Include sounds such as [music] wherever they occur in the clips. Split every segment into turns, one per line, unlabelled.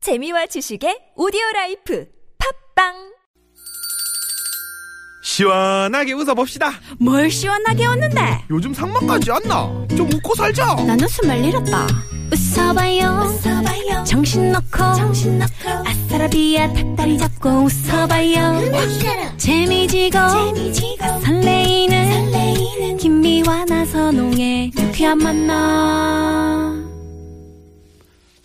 재미와 지식의 오디오 라이프 팝빵
시원하게 웃어봅시다.
뭘 시원하게 웃는데
요즘 상만까지 안 나. 좀 웃고 살자.
난 웃음을 잃었다 웃어봐요, 웃어봐요. 정신 놓고 정신 놓고 아싸라비아 닭다리 잡고 웃어봐요 재미지고 재미지고 설레이는 설레이는 김미와 나선홍의 유쾌한 만남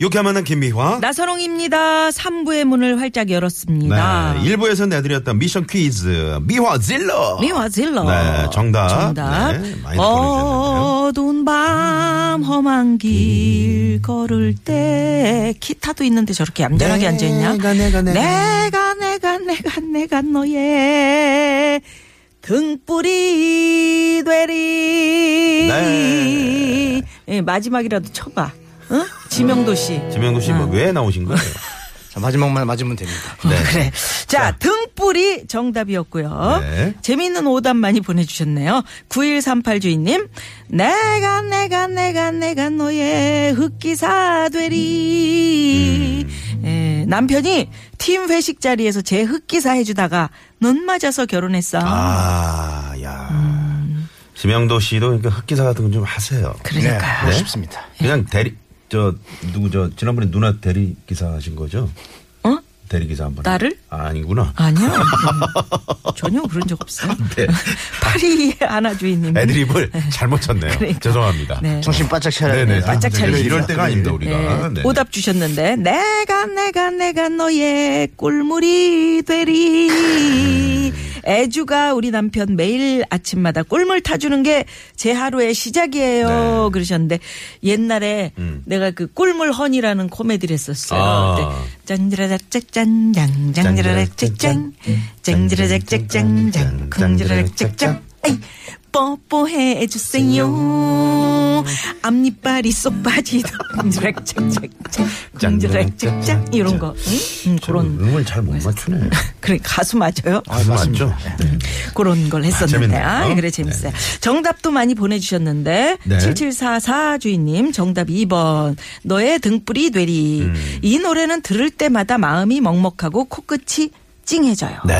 유쾌만한 김미화.
나선홍입니다. 3부의 문을 활짝 열었습니다.
네, 1부에서 내드렸던 미션 퀴즈 미화 질러.
미와질러.
네, 정답.
정답.
네, 많이 보내주셨는데요.
어두운 밤 험한
음.
길 걸을 때 기타도 있는데 저렇게 얌전하게 앉아 있냐?
내가, 내가, 내가.
내가 내가 내가 내가 너의 등불이 되리.
네.
예, 마지막이라도 쳐봐. 응? 지명도 씨.
지명도 씨, 뭐왜 나오신
[laughs]
거예요?
자, 마지막만 맞으면 됩니다.
네.
아, 그래. 자, 등불이 정답이었고요.
네.
재미있는 오답 많이 보내주셨네요. 9138 주인님, 내가 내가 내가 내가 너의 흑기사 되리.
음.
예, 남편이 팀 회식 자리에서 제 흑기사 해주다가 눈 맞아서 결혼했어.
아, 야. 지명도 씨도 그러니까 흑기사 같은 건 좀 하세요.
음. 그러니까.
네?
멋있습니다.
그냥 대리, 저, 누구, 저, 지난번에 누나 대리기사 하신 거죠? 네.
어?
대리기사 한 번.
나를?
아, 아니구나.
아니요. 음, 전혀 그런 적 없어요. [laughs]
네.
파리 아나 주인님. [laughs]
애드립을 잘못 쳤네요.
그러니까.
죄송합니다.
네.
정신 바짝 차려야
네네.
됩니다.
바짝 차려.
이럴 때가 아닙니다, 우리가.
네,
네.
오답 주셨는데 내가 내가 내가 너의 꿀물이 되리 애주가 우리 남편 매일 아침마다 꿀물 타주는 게 제 하루의 시작이에요
네.
그러셨는데 옛날에
음.
내가 그 꿀물 헌이라는 코미디를 했었어요
아.
짠지라작짝짠장 짱지라작짝짱 짱지라작짝짱장 콩지라작짝짱 에이, 뽀뽀해 주세요. 앞니빨이 쏙 빠지다.
음.
짝짝짝, 짝짝짝 이런 거. 응? 응, 그런
음을 잘 못 맞추네.
그래 가수 맞아요?
아, 맞죠? 네.
그런 걸 했었는데.
재밌네요.
아, 그래 재밌어요. 정답도 많이 보내주셨는데
네.
7744 주인님 정답 2번 너의 등불이 되리.
음.
이 노래는 들을 때마다 마음이 먹먹하고 코끝이 찡해져요.
네.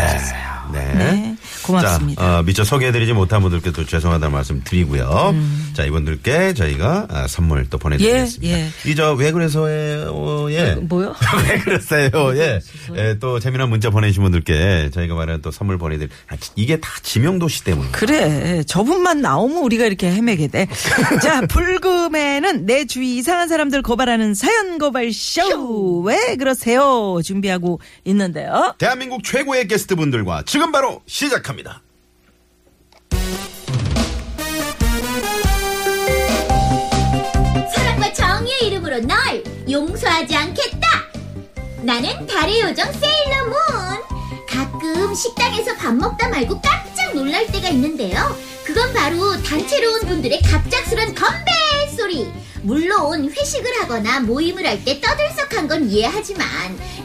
네.
네, 고맙습니다.
자, 어, 미처 소개해드리지 못한 분들께 또 죄송하다는 말씀 드리고요. 자, 이분들께 저희가 아, 선물 또 보내드리겠습니다.
음. 예,
이저 왜 [laughs] 그래서요, 예.
뭐요?
왜 그랬어요, 예. 예. 또 재미난 문자 보내주신 분들께 저희가 말하는 또 선물 보내드릴, 아, 이게 다 지명도 씨 때문에.
그래. 저분만 나오면 우리가 이렇게 헤매게 [laughs] 돼. 자, 불금에는 내 주위 이상한 사람들 고발하는 사연 고발 쇼. 왜 그러세요? 준비하고 있는데요.
대한민국 최고의 게스트 분들과 지금 바로 시작합니다.
사랑과 정의의 이름으로 널 용서하지 않겠다. 나는 달의 요정 세일러문. 가끔 식당에서 밥 먹다 말고 깜짝 놀랄 때가 있는데요. 그건 바로 단체로 온 분들의 갑작스런 건배 소리. 물론 회식을 하거나 모임을 할 때 떠들썩한 건 이해하지만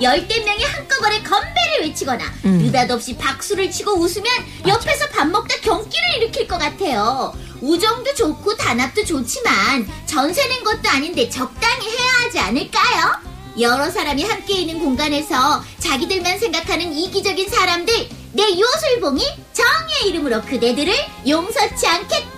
열댓 명이 한꺼번에 건배를 외치거나 느닷없이 박수를 치고 웃으면 옆에서 밥 먹다 경기를 일으킬 것 같아요. 우정도 좋고 단합도 좋지만 전세 낸 것도 아닌데 적당히 해야 하지 않을까요? 여러 사람이 함께 있는 공간에서 자기들만 생각하는 이기적인 사람들 내 요술봉이 정의의 이름으로 그대들을 용서치 않겠다.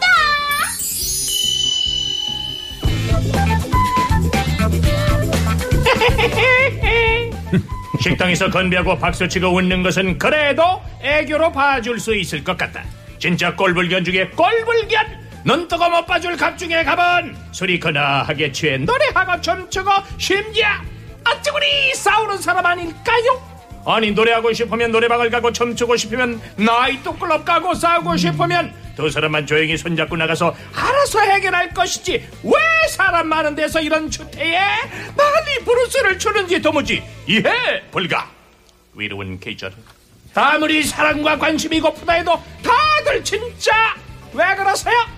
식당에서 건배하고 박수치고 웃는 것은 그래도 애교로 봐줄 수 있을 것 같다. 진짜 꼴불견 중에 꼴불견! 눈뜨고 못 봐줄 갑 중에 갑은 술이 거나하게 취해 노래하고 춤추고 심지어 어찌구리 싸우는 사람 아닐까요? 아니 노래하고 싶으면 노래방을 가고 춤추고 싶으면 나이트 클럽 가고 싸우고 싶으면 두 사람만 조용히 손잡고 나가서 알아서 해결할 것이지 왜 사람 많은 데서 이런 추태에 빨리 브루스를 추는지 도무지 이해 불가 위로운 계절 아무리 사랑과 관심이 고프다 해도 다들 진짜 왜 그러세요?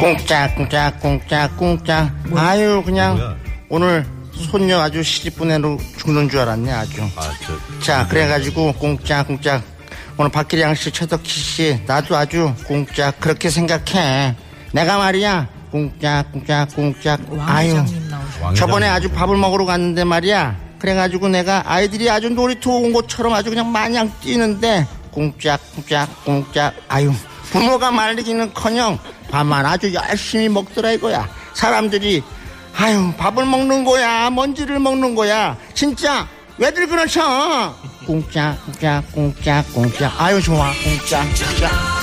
꽁짝, 꽁짝, 꽁짝, 꽁짝. 아유, 그냥
뭐야?
오늘 손녀 아주 시집보내로 죽는 줄 알았네, 아주.
아, 저,
자, 그래가지고 꽁짝, 꽁짝. 오늘 박기량 씨, 최덕희 씨, 나도 아주 꽁짝 그렇게 생각해. 내가 말이야, 꽁짝 꽁짝 꽁짝 아유
왕회장님 나오셨
저번에 아주 밥을 먹으러 갔는데 말이야 그래가지고 내가 아이들이 아주 놀이터 온 것처럼 아주 그냥 마냥 뛰는데 꽁짝 꽁짝 꽁짝 아유 부모가 말리기는커녕 밥만 아주 열심히 먹더라 이거야 사람들이 아유 밥을 먹는 거야 먼지를 먹는 거야 진짜 왜들 그러셔 꽁짝 꽁짝 꽁짝 꽁짝 아유 좋아 꽁짝 꽁짝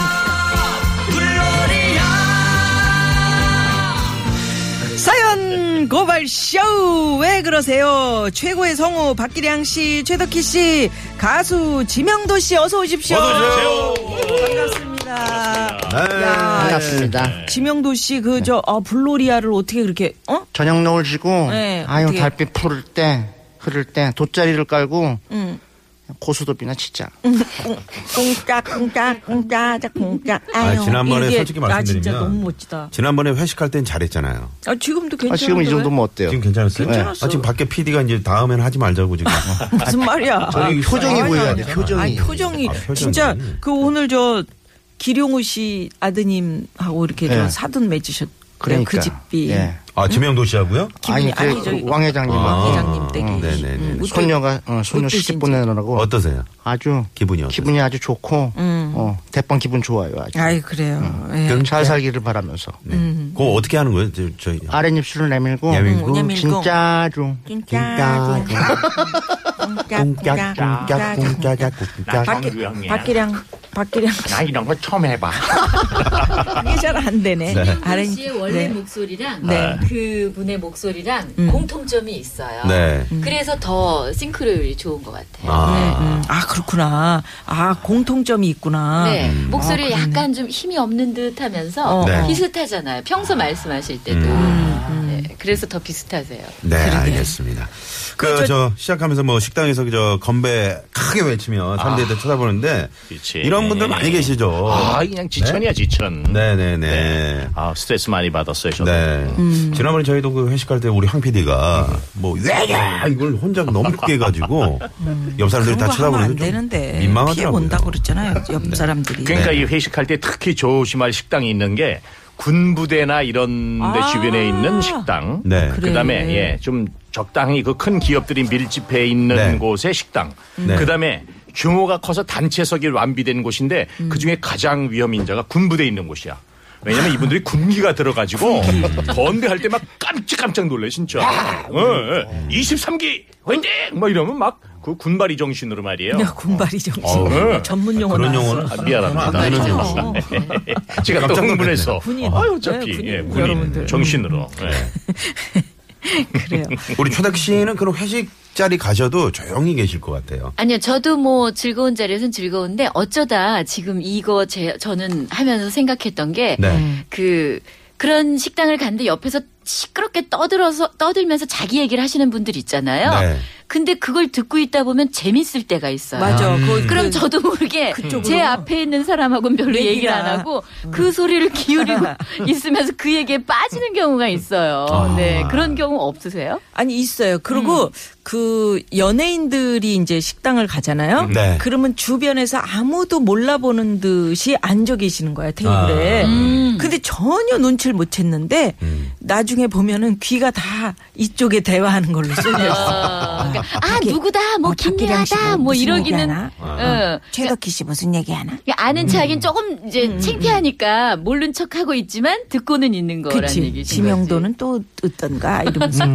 사연 고발 쇼! 왜 그러세요? 최고의 성우 박기량 씨, 최덕희 씨, 가수 지명도 씨 어서 오십시오.
어서
반갑습니다.
네.
야,
반갑습니다
지명도 씨 그 저 아, 블로리아를 어떻게 그렇게 어?
저녁 노을 지고
네,
아유
어떻게?
달빛 푸를 때 흐를 때 돗자리를 깔고
응.
고수도비나 진짜
꽁짝 꽁짝 꽁짝 꽁짝. 아유,
아, 지난번에
이게-
솔직히
아, 진짜
말씀드리면
너무 멋지다.
지난번에 회식할 땐 잘했잖아요.
아, 지금도 괜찮아.
아, 지금 이 정도면 어때요?
지금
네,
괜찮았어요? 어.
괜찮았어.
아, 지금 밖에 PD가 이제 다음엔 하지 말자고 지금.
무슨 말이야?
저는 표정이
아니,
보여야
아니,
돼, 표정이.
아니, 표정이
아, 표정이.
진짜 그 오늘 저 기룡우 씨 아드님하고 이렇게 저
예.
사돈 맺으셨. 그래요
그러니까
그 집비
예.
[laughs] 아, 지명도 씨하고요?
아니,
기분이- 아니,
그
저기-
왕 회장님하고
아.
회장님 댁이
음, 네네네.
음,
손녀가 어, 손녀
어떠신지.
시집 보내느라고
어떠세요?
아주
기분이 어떠세요?
기분이 아주 좋고 어, 대빵 기분 좋아요 아주
음. 아이 그래요. 예.
그럼 잘 살기를 바라면서
네. 그거 어떻게 하는 거예요? 저, 저희.
아랫입술을 내밀고
내밀고.
음, 내밀고.
진짜로
진짜로.
그
꿍깍 꿍깍 꿍깍 꿍깍
박기- 박기량 박기량
아.
나 이런 거 처음 해봐
이게 잘 안 되네. 아래
씨의 그 원래
네.
목소리랑
네.
그 분의 목소리랑 공통점이 있어요.
네.
그래서 더 싱크로율이 좋은 것 같아요.
네,
아.
음. 아 그렇구나. 아 공통점이 있구나.
네, 목소리 약간 좀 힘이 없는 듯하면서
어.
네.
비슷하잖아요. 평소 말씀하실 때도 네, 그래서 더 비슷하세요.
네, 알겠습니다. 그, 저, 시작하면서 뭐 식당에서 저 건배 크게 외치면 사람들이 쳐다보는데
그치.
이런 분들 많이 계시죠.
아, 그냥 지천이야, 지천.
어. 네네네.
네.
예. 네.
아, 스트레스 많이 받았어요, 저도.
음.
지난번에 저희도 그 회식할 때 우리 황 PD가 뭐, 왜냐! 이걸 혼자 너무 크게
[laughs]
해가지고 옆 사람들이
음. 그런
다
거 하면 안
쳐다보는데 좀
되는데 피해
민망하더라고요.
본다고 그랬잖아요. 옆 사람들이.
네.
그러니까 이 회식할 때 특히 조심할 식당이 있는 게 군부대나 이런 데
아.
주변에 있는 식당.
네.
그 다음에,
그래.
예, 좀 적당히 그 큰 기업들이 밀집해 있는
네.
곳의 식당.
네.
그 다음에 규모가 커서 단체석이 완비된 곳인데
음.
그 중에 가장 위험인자가 군부대에 있는 곳이야. 왜냐면 이분들이 군기가 들어가지고 건대할 때 막 깜짝깜짝 놀래 진짜. 예,
음.
23기 왠지 막 이러면 막 그 군발이 정신으로 말이에요. 예.
야, 군발이 정신.
어.
전문 용어
그런
나왔어.
용어는
아, 미안합니다.
안 되는 용어.
어.
[laughs] 제가 또
깜짝 놀랐네.
흥분해서
군인.
아유, 어차피
네, 군인.
예, 군인
여러분들.
정신으로 예.
그래요.
우리 최덕 씨는 그런 회식 자리 가셔도 조용히 계실 것 같아요.
아니요, 저도 뭐 즐거운 자리에선 즐거운데 어쩌다 지금 이거 제, 저는 하면서 생각했던 게
네.
그 그런 식당을 갔는데 옆에서 시끄럽게 떠들어서 떠들면서 자기 얘기를 하시는 분들 있잖아요.
네.
근데 그걸 듣고 있다 보면 재밌을 때가 있어요.
맞아. 그,
그럼 저도 모르게
그쪽으로.
제 앞에 있는 사람하고는 별로
얘기가.
얘기를 안 하고 그 소리를
[laughs]
기울이고 있으면서 그 얘기에 빠지는 경우가 있어요.
아.
네. 그런 경우 없으세요?
아니 있어요. 그리고 그 연예인들이 이제 식당을 가잖아요.
네.
그러면 주변에서 아무도 몰라보는 듯이 앉아 계시는 거야 테이블에.
아.
근데 전혀 눈치를 못 챘는데 나중에 보면은 귀가 다 이쪽에 대화하는 걸로 쏠렸어.
아, 그러니까, 아,
박기-
누구다, 뭐,
어, 박기량
김미아다,
씨는
뭐,
무슨
이러기는.
얘기하나?
어. 그러니까
최덕희 씨 무슨 얘기하나?
아는 척하긴
음.
조금 이제 창피하니까 모른 척하고 있지만 듣고는 있는 거라는
그치.
얘기지.
지명도는 또 어떤가 이러면서.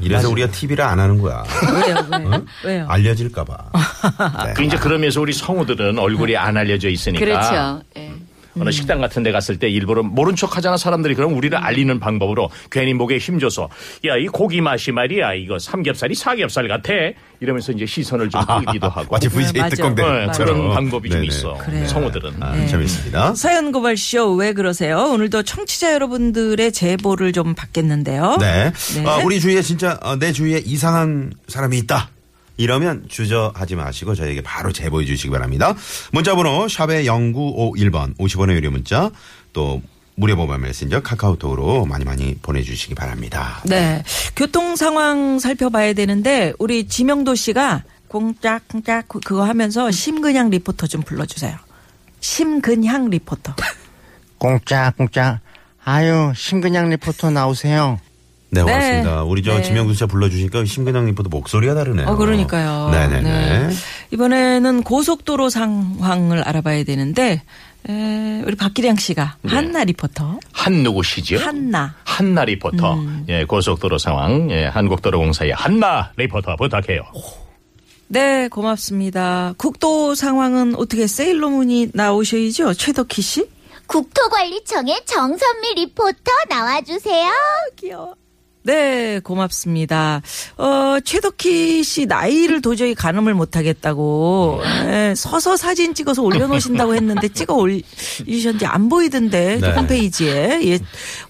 이래서 우리가 TV를 안 하는
[laughs]
거야.
왜요? 왜요? 왜요?
알려질까봐.
아,
그 이제 그러면서 우리 성우들은 얼굴이 안 알려져 있으니까
그렇죠. 예.
어느 식당 같은 데 갔을 때 일부러 모른 척 하잖아 사람들이 그럼 우리를 알리는 방법으로 괜히 목에 힘줘서 야 이 고기 맛이 말이야 이거 삼겹살이 사겹살 같아 이러면서 이제 시선을 좀 끌기도 하고
아, 마치 VJ
네, 네. 맞아.
특공대.
네, 그런 방법이 좀
네네.
있어
그래요.
성우들은
아, 재밌습니다.
사연 고발 쇼 왜 그러세요? 오늘도 청취자 여러분들의 제보를 좀 받겠는데요.
네.
네.
어, 우리 주위에 진짜 어, 내 주위에 이상한 사람이 있다. 이러면 주저하지 마시고 저에게 바로 제보해 주시기 바랍니다. 문자번호 샵의 0951번 50원의 유료 문자 또 무료 모바일 메신저 카카오톡으로 많이 많이 보내주시기 바랍니다.
네. 교통 상황 살펴봐야 되는데 우리 지명도 씨가 공짝공짝 그거 하면서 심근향 리포터 좀 불러주세요. 심근향 리포터.
꽁짝 꽁짝 아유 심근양 리포터 나오세요.
네,
네.
고맙습니다. 우리 저
네.
지명수 씨 불러주시니까 심근양 리포터 목소리가 다르네요.
어, 그러니까요.
네네네.
네. 이번에는 고속도로 상황을 알아봐야 되는데, 에, 우리 박기량 씨가 한나 리포터.
한 누구시죠?
한나.
한나 리포터. 예, 고속도로 상황, 예, 한국도로공사의 한나 리포터 부탁해요.
네, 고맙습니다. 국도 상황은 어떻게 세일러문이 나오셔야죠? 최덕희 씨?
국토관리청의 정선미 리포터 나와주세요.
네, 고맙습니다. 어, 최덕희 씨 나이를 도저히 가늠을 못하겠다고 예, 서서 사진 찍어서 올려놓으신다고 했는데 찍어 올리셨는지 안 보이던데 그
네.
홈페이지에 예,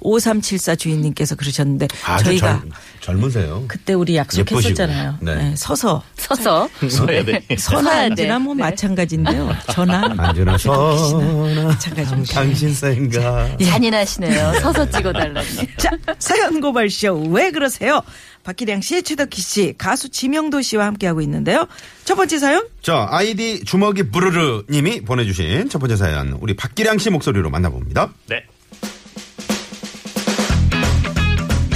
5374 주인님께서 그러셨는데
아주
저희가
젊, 젊으세요.
그때 우리 약속했었잖아요.
예쁘시고. 네.
예, 서서
서서
서야 돼. 네.
선한지나 뭐 마찬가지인데요. 전화 [laughs]
안전한 아, 선아
마찬가지입니다.
당신 생각.
예.
잔인하시네요. 서서 찍어달라니.
[laughs] 자, 사연 고발쇼 왜 그러세요? 박기량 씨, 최덕희 씨, 가수 지명도 씨와 함께하고 있는데요. 첫 번째 사연?
자, 아이디 주먹이 부르르 님이 보내주신 첫 번째 사연. 우리 박기량 씨 목소리로 만나봅니다.
네.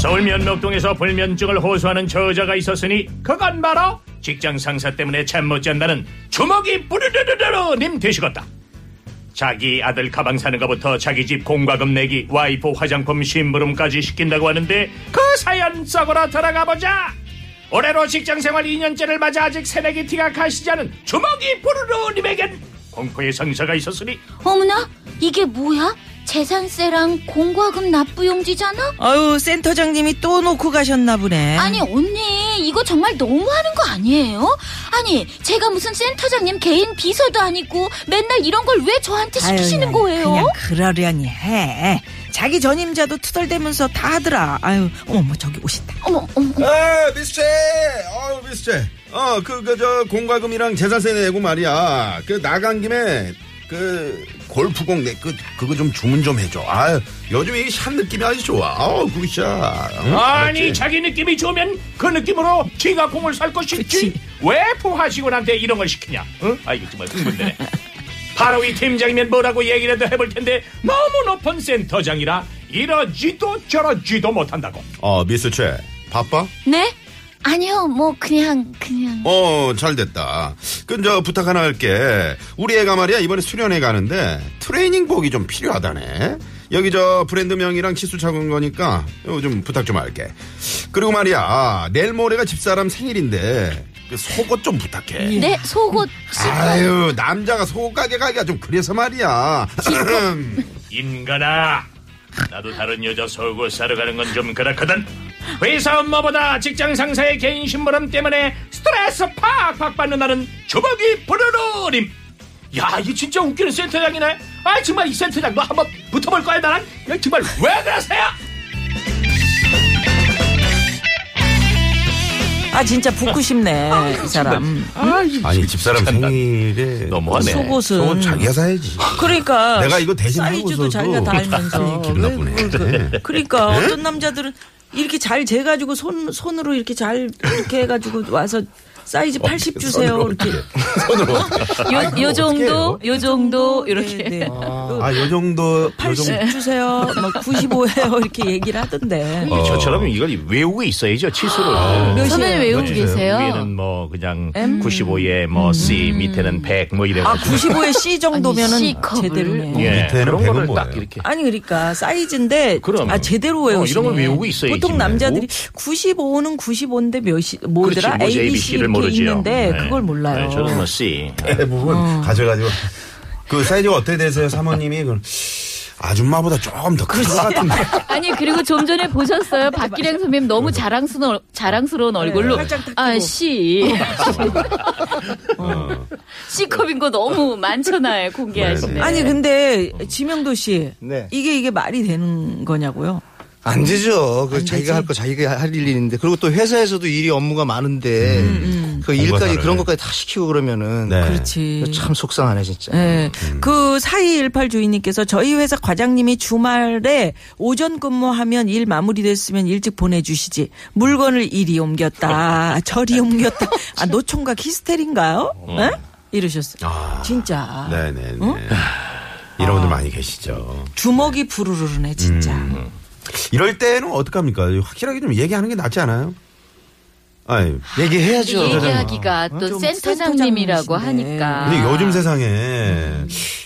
서울 면목동에서 불면증을 호소하는 저자가 있었으니 그건 바로 직장 상사 때문에 잠 못 잔다는 주먹이 부르르르르님 되시겠다. 자기 아들 가방 사는 것부터 자기 집 공과금 내기 와이프 화장품 심부름까지 시킨다고 하는데 그 사연 속으로 들어가 보자. 올해로 직장생활 2년째를 맞아 아직 새내기 티가 가시지 않은 주먹이 부르르님에겐 공포의 상사가 있었으니
어머나, 이게 뭐야? 재산세랑 공과금 납부용지잖아?
아유, 센터장님이 또 놓고 가셨나 보네.
아니 언니 이거 정말 너무하는 거 아니에요? 아니 제가 무슨 센터장님 개인 비서도 아니고 맨날 이런 걸 왜 저한테
아유,
시키시는
그냥,
거예요?
그냥 그러려니 해. 자기 전임자도 투덜대면서 다 하더라. 아유, 어머, 저기 오신다.
어머 어머
아, 미스체! 어, 미스체. 어, 그, 그, 저, 공과금이랑 재산세 내고 말이야. 그, 나간 김에, 그, 골프공 내, 그, 그거 좀 주문 좀 해줘. 아유, 요즘 이 샷 느낌이 아주 좋아. 아우, 굿샷. 응?
아니
알았지?
자기 느낌이 좋으면 그 느낌으로 지가 공을 살 것이지
그치.
왜 부하직원한테 이런 걸 시키냐 응? 아 이거 정말
[laughs]
흥분되네 바로 이 팀장이면 뭐라고 얘기라도 해볼 텐데 너무 높은 센터장이라 이러지도 저러지도 못한다고
어, 미스체. 바빠?
네? 아니요 뭐 그냥 그냥
어, 잘 됐다. 그, 저, 부탁 하나 할게. 우리 애가 말이야, 이번에 수련회 가는데, 트레이닝복이 좀 필요하다네. 여기 저, 브랜드명이랑 치수 작은 거니까, 요좀 부탁 좀 할게. 그리고 말이야, 아, 내일 모레가 집사람 생일인데, 그 속옷 좀 부탁해.
네.
네,
내 속옷 신고
아유, 남자가 속옷 가게 가기가 좀 그래서 말이야.
인간아 나도 다른 여자 속옷 사러 가는 건 좀 그렇거든 회사 업무보다 직장 상사의 개인 심부름 때문에 스트레스 팍팍 받는 나는 주먹이 부르르림 야 이게 진짜 웃기는 센터장이네 아 정말 이 센터장 너 한번 붙어볼 거야 나랑 야, 정말 왜 그러세요
아, 진짜 붙고 싶네, 이 사람. 그
아니, 집사람 생일에.
너무하네.
속옷은.
속옷 자기가 사야지.
그러니까.
내가 이거 대신
사이즈도
하고서도
자기가 다 알면서.
기분
왜
나쁘네. 네?
그걸 그- 그러니까 어떤 남자들은 이렇게 잘 재가지고 손, 손으로 이렇게 잘 이렇게 해가지고 와서 사이즈
어,
80 주세요. 이렇게.
요, 요 정도, 요 정도 이렇게.
네, 네.
아, 요 정도, 요
80 주세요. 막 95해요. 이렇게 얘기를 하던데.
네.
어.
저처럼 이걸 외우고 있어야죠 치수를
아. 선배님 왜 외우고 계세요? 음.
위에는 뭐 그냥 95에 뭐 C 밑에는 100 뭐
아,
이래가지고
95의 C 정도면은
아니, C 컵을.
제대로네.
예,
밑에는
그런
100은
거를 딱
뭐예요?
이렇게
아니 그러니까 사이즈인데
그럼.
아 제대로
어, 이런
외우시네.
걸 외우고 있어야지.
보통 남자들이 95는 95인데 몇이
그렇지,
뭐더라?
뭐지,
A, B, C
ABC를
이렇게
모르지요.
있는데
네.
그걸 몰라요.
네, 저는 뭐 C.
대부분 가져가지고 그 사이즈가 어떻게 되세요 사모님이 그 아줌마보다 조금 더큰것 같은데
아니 그리고 좀 전에 보셨어요 박기량 선배님 너무 자랑스러운 자랑스러운 얼굴로
팔짱 딱 끼고.
아씨 [laughs] C컵인 거 너무 많잖아요 공개하시네
네,
아니 근데 지명도 씨
네.
이게 이게 말이 되는 거냐고요?
안 되죠. 그
안 되지.
자기가 할 거 자기가 할 일인데 그리고 또 회사에서도 일이 업무가 많은데 그
공부가
일까지
다르네.
그런 네. 것까지 다 시키고 그러면은
네.
네.
그렇지.
참 속상하네 진짜.
예. 그 4218 주인님께서 저희 회사 과장님이 주말에 오전 근무하면 일 마무리됐으면 일찍 보내주시지. 물건을 이리 옮겼다. 저리 옮겼다. 아,
네.
노총각 히스테리인가요? 예? 이러셨어요. 진짜.
네네네 이런 분들 많이 계시죠.
주먹이 부르르르네 진짜.
이럴 때는 어떡합니까? 확실하게 좀 얘기하는 게 낫지 않아요? 아니,
얘기해야죠.
얘기하기가 또
좀
센터장님이라고
센터장님이신데.
하니까.
근데 요즘 세상에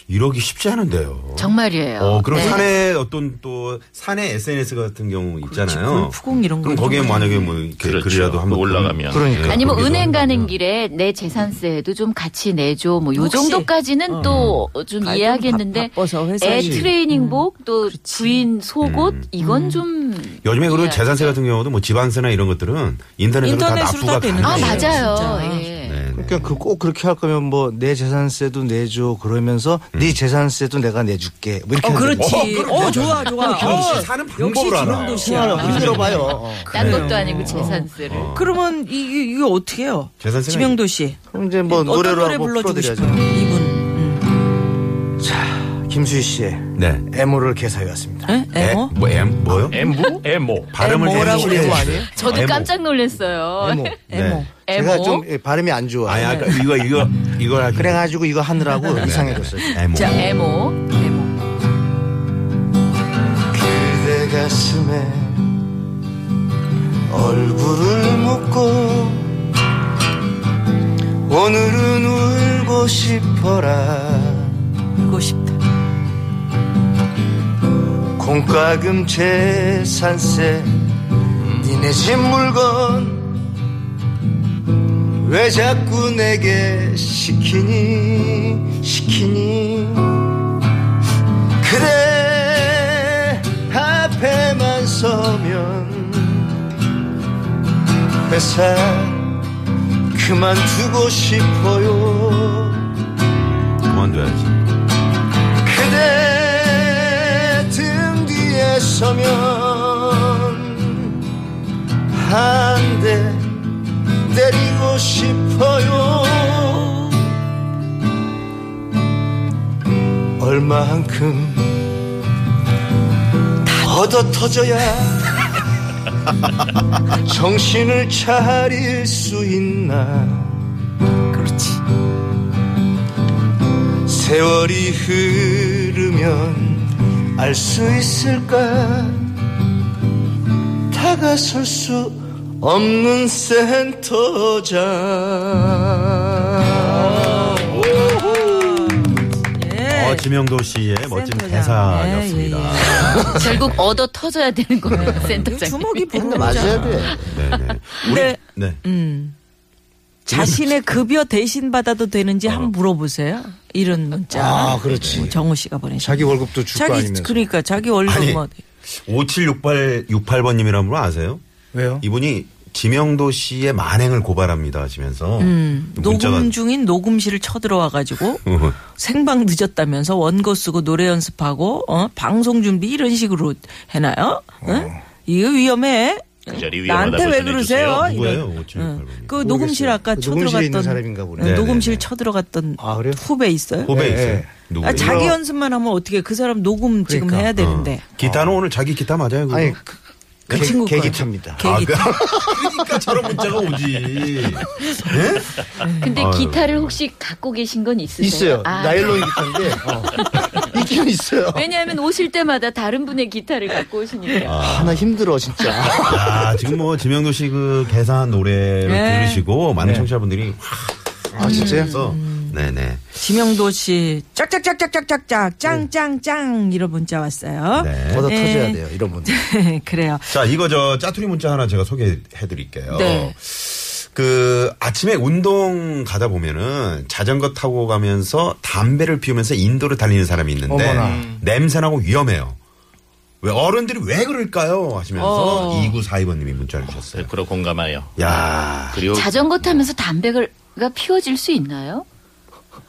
이러기 쉽지 않은데요.
정말이에요.
어, 그럼
네.
사내 어떤 또 사내 SNS 같은 경우 있잖아요.
골프공 이런
어. 그럼
거
거기에
좀
만약에 뭐 이렇게
그렇죠.
글이라도 한번
올라가면.
예,
아니면 뭐
거기도
은행 가는
한번.
길에 내 재산세도 좀 같이 내줘. 뭐 요
혹시.
정도까지는 또 좀
아,
이해하겠는데
바- 바빠서
애
회사에.
트레이닝복 또 부인 속옷
음.
이건 좀
요즘에 그리고
예.
재산세 같은 경우도 뭐 집안세나 이런 것들은 인터넷으로 다
인터넷으로 다
납부가
되는
가능해요.
아 맞아요.
진짜.
예.
네,
어,
네.
그러니까 그 꼭 그렇게 할 거면 뭐 내 재산세도 내줘 그러면서
음.
네 재산세도 내가 내줄게 뭐 이렇게
어,
하는
그렇지.
거죠.
어, 좋아, 좋아. 어,
사는
역시
방법을 알아요.
주름도시야.
힘들어봐요. 어.
딴 것도 아니고 재산세를.
어.
그러면 이게 이게 어떻게 해요?
재산세가
지명도 씨.
그럼 이제 뭐
어떤
노래로
노래
한번
불러주고
풀어드려야죠.
싶어요? 이분. 음.
김수희 씨의
네.
애모를 개사해왔습니다.
에? 어? 에모?
뭐 [laughs] M 뭐요?
엠부 에모
발음을
애모라고
대충 해주세요.
애모 아니에요?
저도
애모.
깜짝 놀랐어요.
애모.
뭐.
네.
제가
애모.
좀 예, 발음이 안
아,
좋아요.
약간 이거 이거 네, 이걸 할
그래가지고 이거
네,
하느라고
네.
이상해졌어요.
애모. [laughs]
자, 애모.
에모.
그대 가슴에 얼굴을 묻고 오늘은 울고 싶어라
울고 싶다.
콩가금 재산세 니네 집 물건 왜 자꾸 내게 시키니 시키니 그래 앞에만 서면 회사 그만두고 싶어요
그만둬야지.
그대 등 뒤에 서면 한 대 때리고 싶어요 얼마만큼 얻어 터져야 [laughs] 정신을 차릴 수 있나
그렇지.
세월이 흐르면 알 수 있을까 다가설 수 없는 센터장
예.
어, 지명도 씨의 멋진
센터장.
대사였습니다.
예,
결국 얻어 터져야 되는 거예요,
[laughs]
센터장.
주먹이 부르르.
맞아야 돼.
네, 네. 우리
네.
네.
자신의 급여 대신 받아도 되는지 한번 물어보세요. 이런 문자.
아, 그렇지.
네, 정우 씨가 보내신.
자기 월급도 줄 거
자기
아니면서
그러니까 자기 월급
아니.
뭐
576868번 님이라는 분 아세요?
왜요?
이분이 지명도 씨의 만행을 고발합니다 하시면서 문자가 [laughs]
녹음 중인 녹음실을 쳐들어와 가지고 생방 늦었다면서 원고 쓰고 노래 연습하고 어? 방송 준비 이런 식으로 해놔요.
어.
응? 이거 위험해.
그 자리 위험하다고
나한테 왜
전해주세요.
그러세요?
누구예요?
이런.
5768
응.
번님.
그 녹음실 아까
그 녹음실에 있는
쳐들어갔던
사람인가 보네.
응,
네네네.
녹음실 쳐들어갔던
아, 그래요?
후배 있어요?
예,
후배 있어요.
예.
누구?
아, 자기 연습만 하면 어떻게 그 사람 녹음 지금
그러니까.
해야 되는데
기타는 오늘 자기 기타 맞아요? 그거?
아니 그,
그
개-
친구 거예요.
개기차입니다
아,
계기
그- 그러니까 저런 문자가 오지.
근데
아유.
기타를 혹시 갖고 계신 건 있으세요?
있어요
아,
나일론
[laughs]
기타인데 어. 있긴 있어요
왜냐하면 오실 때마다 다른 분의 기타를 갖고 오시니까.
아.
하나 힘들어 진짜
야, 지금 뭐 지명도 씨 그 개사한 노래를
네.
들으시고 많은 청취자분들이 확
아 진짜요?
해서 네네.
지명도 씨 짝짝짝짝짝짝짝 짱짱짱 이런 문자 왔어요.
네.
얻어
예.
터져야 돼요 이런 분들
[laughs] 그래요.
자, 이거 저 짜투리 문자 하나 제가 소개해 드릴게요.
네.
그 아침에 운동 가다 보면은 자전거 타고 가면서 담배를 피우면서 인도를 달리는 사람이 있는데
어머나.
냄새나고 위험해요. 왜 어른들이 왜 그럴까요? 하시면서 2942번님이 문자를 주셨어요.
100% 네, 공감해요.
아,
야,
그리고
자전거 타면서 담배가 피워질 수 있나요?
[laughs]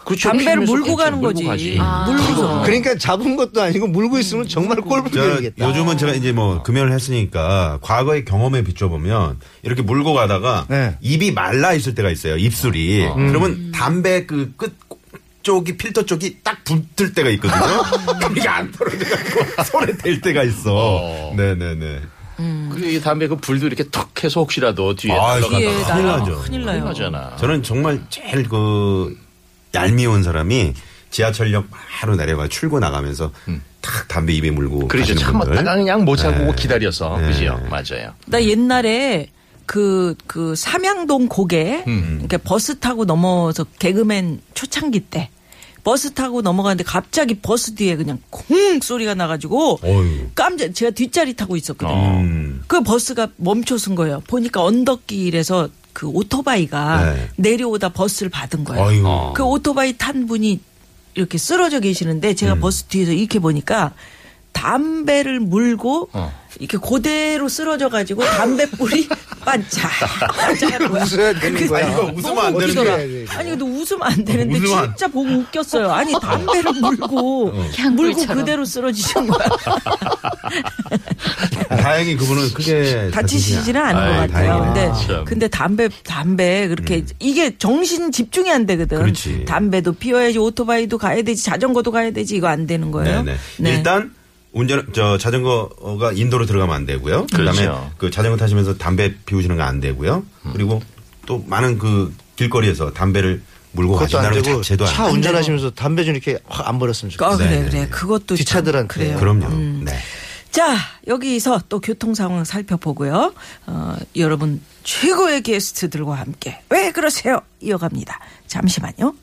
그렇죠.
담배를 물고 가는
물고
거지. 아.
가지.
물고서.
그러니까 잡은 것도 아니고 물고 있으면 정말
저
꼴불견이겠다.
요즘은 제가 이제 뭐 금연을 했으니까 과거의 경험에 비춰보면 이렇게 물고 가다가
네.
입이 말라 있을 때가 있어요. 입술이. 그러면 담배 그 끝 쪽이 필터 쪽이 딱 붙을 때가 있거든요. 그럼 이게 안 떨어져가지고 손에 댈 때가 있어.
어.
네네네.
그리고 이 담배 그 불도 이렇게 턱 해서 혹시라도 뒤에
아,
날아가다
뒤에
큰일
나요.
나죠.
큰일 나요.
나잖아.
저는 정말 제일 그 얄미운 사람이 지하철역 바로 내려가 출구 나가면서 탁 담배 입에 물고
그러죠.
가시는
참았
분들.
뭐
다 그냥 못 참고
네.
기다려서
네.
그죠. 맞아요.
나 옛날에 그, 그 삼양동 고개,
음.
이렇게 버스 타고 넘어서 개그맨 초창기 때 버스 타고 넘어가는데 갑자기 버스 뒤에 그냥 콩 소리가 나가지고
어휴.
깜짝, 제가 뒷자리 타고 있었거든요.
음.
그 버스가 멈춰선 거예요. 보니까 언덕길에서 그 오토바이가
네.
내려오다 버스를 받은 거예요.
아이고.
그 오토바이 탄 분이 이렇게 쓰러져 계시는데 제가
음.
버스 뒤에서 이렇게 보니까 담배를 물고
어.
이렇게 그대로 쓰러져 가지고 담배 뿌리 [laughs] 반짝 반짝 그 뭐야.
웃어야 되는 거야.
이거 웃으면 안
어떻게
되는데.
해야 돼, 이거?
아니 근데 웃으면 안 되는데
웃으면 안- 어.
진짜 보고
[laughs]
웃겼어요. 아니 담배를 물고
그
물고
캥거루처럼.
그대로 쓰러지신 거야.
아, 다행히 그분은 크게
다치시지는 않은
아이,
것
네,
같아요.
다행이네.
근데
참.
근데 담배 담배 그렇게 이게 정신 집중이 안 되거든.
음. 그렇지.
담배도 피워야지 오토바이도 가야 되지 자전거도 가야 되지 이거 안 되는 거예요.
네네.
네.
일단 운전 저 자전거가 인도로 들어가면 안 되고요. 그다음에
그렇죠. 음.
그 자전거 타시면서 담배 피우시는 거 안 되고요. 그리고 또 많은 그 길거리에서 담배를 물고
그것도 안
가신다는 것
되고
자체도 안
차 운전하시면서 담배 좀 이렇게 확 안 버렸으면 좋겠어요.
아, 그래
네네.
그래 그것도 참
뒷차들한테.
아, 그래요. 음.
그럼요. 네.
자 여기서 또 교통 상황 살펴보고요. 어, 여러분 최고의 게스트들과 함께 왜 그러세요? 이어갑니다. 잠시만요.